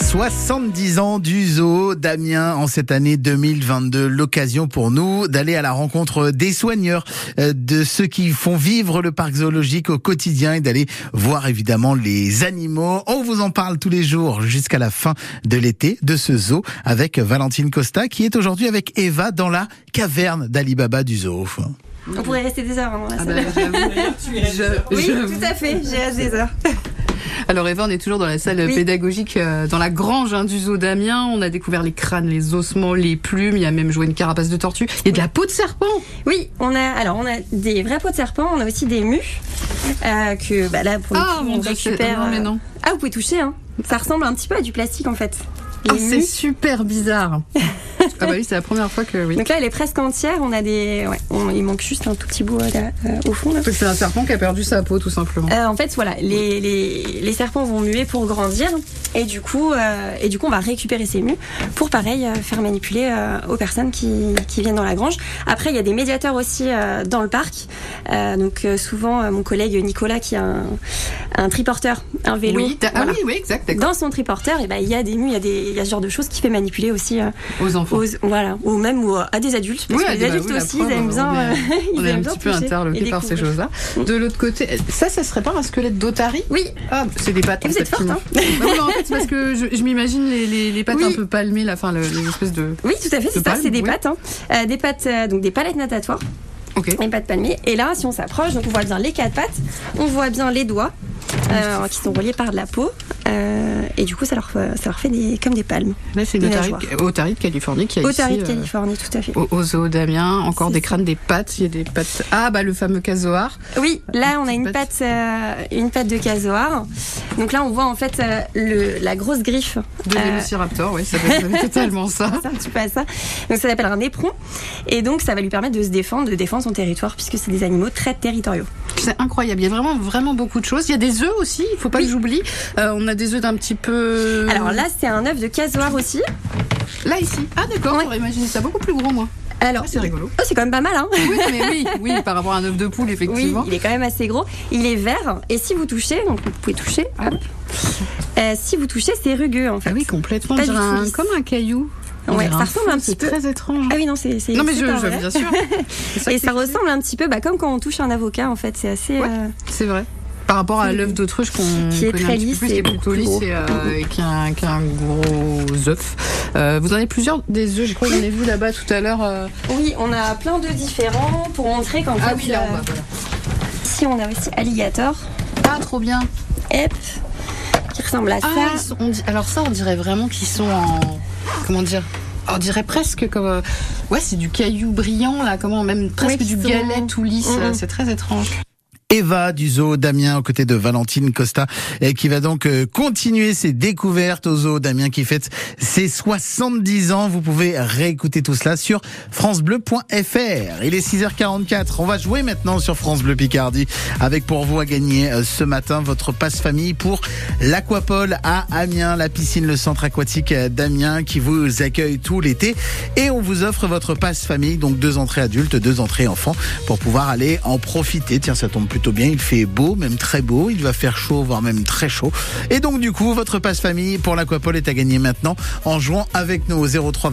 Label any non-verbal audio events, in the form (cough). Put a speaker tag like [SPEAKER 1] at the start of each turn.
[SPEAKER 1] 70 ans du zoo d'Amiens en cette année 2022. L'occasion pour nous d'aller à la rencontre des soigneurs, euh, de ceux qui font vivre le parc zoologique au quotidien et d'aller voir évidemment les animaux. On vous en parle tous les jours jusqu'à la fin de l'été de ce zoo avec Valentine Costa qui est aujourd'hui avec Eva dans la caverne d'Alibaba du zoo.
[SPEAKER 2] On pourrait rester des heures. hein, là,
[SPEAKER 3] Ah
[SPEAKER 2] ça-
[SPEAKER 3] bah, j'avoue. Je-
[SPEAKER 2] oui,
[SPEAKER 3] j'avoue.
[SPEAKER 2] tout à fait, j'ai hâte des heures.
[SPEAKER 3] Alors Eva, on est toujours dans la salle
[SPEAKER 2] Oui.
[SPEAKER 3] pédagogique, euh, dans la grange hein, du zoo d'Amiens. On a découvert les crânes, les ossements, les plumes. Il y a même joué une carapace de tortue. Il y a de la peau de serpent.
[SPEAKER 2] Oui, on a, alors, on a des vrais pots de serpent, on a aussi des mues. euh, que bah, là, pour le
[SPEAKER 3] Ah
[SPEAKER 2] coup,
[SPEAKER 3] mon
[SPEAKER 2] on
[SPEAKER 3] dieu, c'est
[SPEAKER 2] récupère.
[SPEAKER 3] non mais non.
[SPEAKER 2] euh, Ah, vous pouvez toucher, hein. Ça ressemble un petit peu à du plastique en fait. Les
[SPEAKER 3] Ah, c'est
[SPEAKER 2] mues. (laughs)
[SPEAKER 3] super bizarre. ah bah oui, c'est la première fois que oui.
[SPEAKER 2] Donc là, elle est presque entière. On a des, ouais, on- il manque juste un tout petit bout euh, là, euh, au fond. Là.
[SPEAKER 3] Donc, C'est un serpent qui a perdu sa peau tout simplement.
[SPEAKER 2] Euh, en fait, voilà, les, les, les serpents vont muer pour grandir, et du coup, euh, et du coup, on va récupérer ces mues pour pareil euh, faire manipuler euh, aux personnes qui, qui viennent dans la grange. Après, il y a des médiateurs aussi euh, dans le parc. Euh, donc euh, souvent, euh, mon collègue Nicolas qui a un, un triporteur, un vélo.
[SPEAKER 3] oui, t'as-
[SPEAKER 2] voilà.
[SPEAKER 3] ah oui, oui, exact, d'accord.
[SPEAKER 2] Dans son triporteur, et ben, il y a des mues, il y a des, il y a ce genre de choses qui fait manipuler aussi euh,
[SPEAKER 3] Aux enfants.
[SPEAKER 2] aux, voilà, ou même ou, à des adultes. Parce
[SPEAKER 3] Oui,
[SPEAKER 2] que
[SPEAKER 3] à
[SPEAKER 2] les
[SPEAKER 3] des- bah
[SPEAKER 2] adultes
[SPEAKER 3] oui, la
[SPEAKER 2] aussi,
[SPEAKER 3] preuve,
[SPEAKER 2] ils aiment
[SPEAKER 3] on
[SPEAKER 2] bien.
[SPEAKER 3] est-
[SPEAKER 2] euh, (laughs) ils
[SPEAKER 3] On est un
[SPEAKER 2] aiment bien
[SPEAKER 3] petit peu
[SPEAKER 2] toucher et
[SPEAKER 3] interloqué par ces
[SPEAKER 2] découvrir.
[SPEAKER 3] choses-là. De l'autre côté, ça, ça serait pas un squelette d'otarie
[SPEAKER 2] Oui,
[SPEAKER 3] Ah, c'est des pattes.
[SPEAKER 2] Et vous
[SPEAKER 3] en
[SPEAKER 2] êtes
[SPEAKER 3] fait,
[SPEAKER 2] forte, hein
[SPEAKER 3] finalement. Bah oui, mais en fait, c'est parce que je, je m'imagine les, les, les pattes
[SPEAKER 2] Oui.
[SPEAKER 3] un peu palmées, là, enfin, le- les espèces de.
[SPEAKER 2] Oui, tout à fait,
[SPEAKER 3] De
[SPEAKER 2] c'est ça,
[SPEAKER 3] palme,
[SPEAKER 2] c'est des
[SPEAKER 3] oui.
[SPEAKER 2] pattes. hein. Euh, des pattes, euh, donc des palettes natatoires,
[SPEAKER 3] Ok.
[SPEAKER 2] des pattes palmiers. Et là, si on s'approche, donc on voit bien les quatre pattes, on voit bien les doigts euh, qui sont reliés par de la peau. euh, et du coup, ça leur, fait- ça leur fait des, comme des palmes.
[SPEAKER 3] Là, c'est
[SPEAKER 2] Des
[SPEAKER 3] une otarie,
[SPEAKER 2] nageoires.
[SPEAKER 3] otarie de Californie qui a
[SPEAKER 2] Otarie
[SPEAKER 3] ici.
[SPEAKER 2] de
[SPEAKER 3] euh,
[SPEAKER 2] Californie, tout à fait.
[SPEAKER 3] au, au zoo d'Amiens, encore
[SPEAKER 2] C'est
[SPEAKER 3] des
[SPEAKER 2] ça.
[SPEAKER 3] crânes, des pattes, il y a des pattes. Ah, bah le fameux casoar.
[SPEAKER 2] Oui, là on a une
[SPEAKER 3] patte.
[SPEAKER 2] patte, euh, une patte de casoar. Donc là on voit en fait euh, le, la grosse griffe (laughs)
[SPEAKER 3] De
[SPEAKER 2] Euh,
[SPEAKER 3] Vélociraptor, oui, ça fait
[SPEAKER 2] (laughs)
[SPEAKER 3] ça fait totalement ça.
[SPEAKER 2] C'est un petit peu à ça. Donc ça s'appelle un éperon. Et donc ça va lui permettre de se défendre, de défendre son territoire, puisque c'est des animaux très territoriaux.
[SPEAKER 3] C'est incroyable. Il y a vraiment, vraiment beaucoup de choses. Il y a des œufs aussi, il faut pas que j'oublie. Euh, on a des œufs d'un petit peu.
[SPEAKER 2] Alors là c'est un œuf de casoar aussi.
[SPEAKER 3] Là, ici. Ah, d'accord,
[SPEAKER 2] Ouais.
[SPEAKER 3] j'aurais imaginé ça beaucoup plus gros, moi.
[SPEAKER 2] Alors
[SPEAKER 3] Ah, c'est rigolo.
[SPEAKER 2] Oh, c'est quand même pas mal, hein
[SPEAKER 3] Oui, mais oui, oui, par rapport à un œuf de poule,
[SPEAKER 2] Oui,
[SPEAKER 3] effectivement.
[SPEAKER 2] il est quand même assez gros. Il est vert, et si vous touchez, donc vous pouvez toucher, hop. Euh, si vous touchez, c'est rugueux en fait.
[SPEAKER 3] Ah oui, complètement.
[SPEAKER 2] Pas
[SPEAKER 3] On
[SPEAKER 2] du
[SPEAKER 3] dirait
[SPEAKER 2] tout
[SPEAKER 3] un-
[SPEAKER 2] lisse.
[SPEAKER 3] comme un caillou. On
[SPEAKER 2] Ouais,
[SPEAKER 3] dirait
[SPEAKER 2] ça ressemble
[SPEAKER 3] fou,
[SPEAKER 2] un petit
[SPEAKER 3] c'est
[SPEAKER 2] peu.
[SPEAKER 3] très étrange.
[SPEAKER 2] Ah oui, non, c'est. c'est-
[SPEAKER 3] non, mais
[SPEAKER 2] c'est
[SPEAKER 3] je,
[SPEAKER 2] pas
[SPEAKER 3] je-
[SPEAKER 2] vrai. (laughs)
[SPEAKER 3] bien sûr. C'est ça
[SPEAKER 2] Et
[SPEAKER 3] que
[SPEAKER 2] ça
[SPEAKER 3] c'est-
[SPEAKER 2] ressemble un petit peu bah, comme quand on touche un avocat en fait, c'est assez.
[SPEAKER 3] Ouais.
[SPEAKER 2] euh,
[SPEAKER 3] C'est vrai. Par rapport à l'œuf d'autruche qu'on
[SPEAKER 2] Qui est
[SPEAKER 3] connaît un
[SPEAKER 2] très
[SPEAKER 3] petit peu
[SPEAKER 2] lisse
[SPEAKER 3] plus, qui
[SPEAKER 2] et
[SPEAKER 3] est plutôt
[SPEAKER 2] beaucoup
[SPEAKER 3] lisse
[SPEAKER 2] plus
[SPEAKER 3] et, euh, et qui a un, qui a un gros œuf. Euh, vous en avez plusieurs des œufs, je crois que j'en ai vu là-bas tout à l'heure. euh.
[SPEAKER 2] Oui, on a plein de différents pour montrer qu'en
[SPEAKER 3] Ah
[SPEAKER 2] fait. euh,
[SPEAKER 3] voilà.
[SPEAKER 2] Ici, on a aussi alligator,
[SPEAKER 3] Ah, trop bien.
[SPEAKER 2] hep, qui ressemble à
[SPEAKER 3] Ah, ils
[SPEAKER 2] ça.
[SPEAKER 3] sont- on dit- alors ça, on dirait vraiment qu'ils sont en. Comment dire on dirait presque comme. euh, Ouais, c'est du caillou brillant, là, comment Même presque
[SPEAKER 2] qu'ils
[SPEAKER 3] du
[SPEAKER 2] sont-
[SPEAKER 3] galet tout lisse,
[SPEAKER 2] Mm,
[SPEAKER 3] euh,
[SPEAKER 2] mm.
[SPEAKER 3] c'est très étrange.
[SPEAKER 1] Eva du zoo d'Amiens aux côtés de Valentine Costa et qui va donc euh, continuer ses découvertes au zoo d'Amiens qui fête ses 70 ans. Vous pouvez réécouter tout cela sur francebleu.fr. Il est 6h44. On va jouer maintenant sur France Bleu Picardie avec pour vous à gagner euh, ce matin votre passe famille pour l'Aquapole à Amiens, la piscine, le centre aquatique euh, d'Amiens qui vous accueille tout l'été et on vous offre votre passe famille donc deux entrées adultes, deux entrées enfants pour pouvoir aller en profiter. Tiens, ça tombe plutôt bien. Il fait beau, même très beau. Il va faire chaud, voire même très chaud. Et donc, du coup, votre passe famille pour l'Aquapole est à gagner maintenant en jouant avec nous au 03.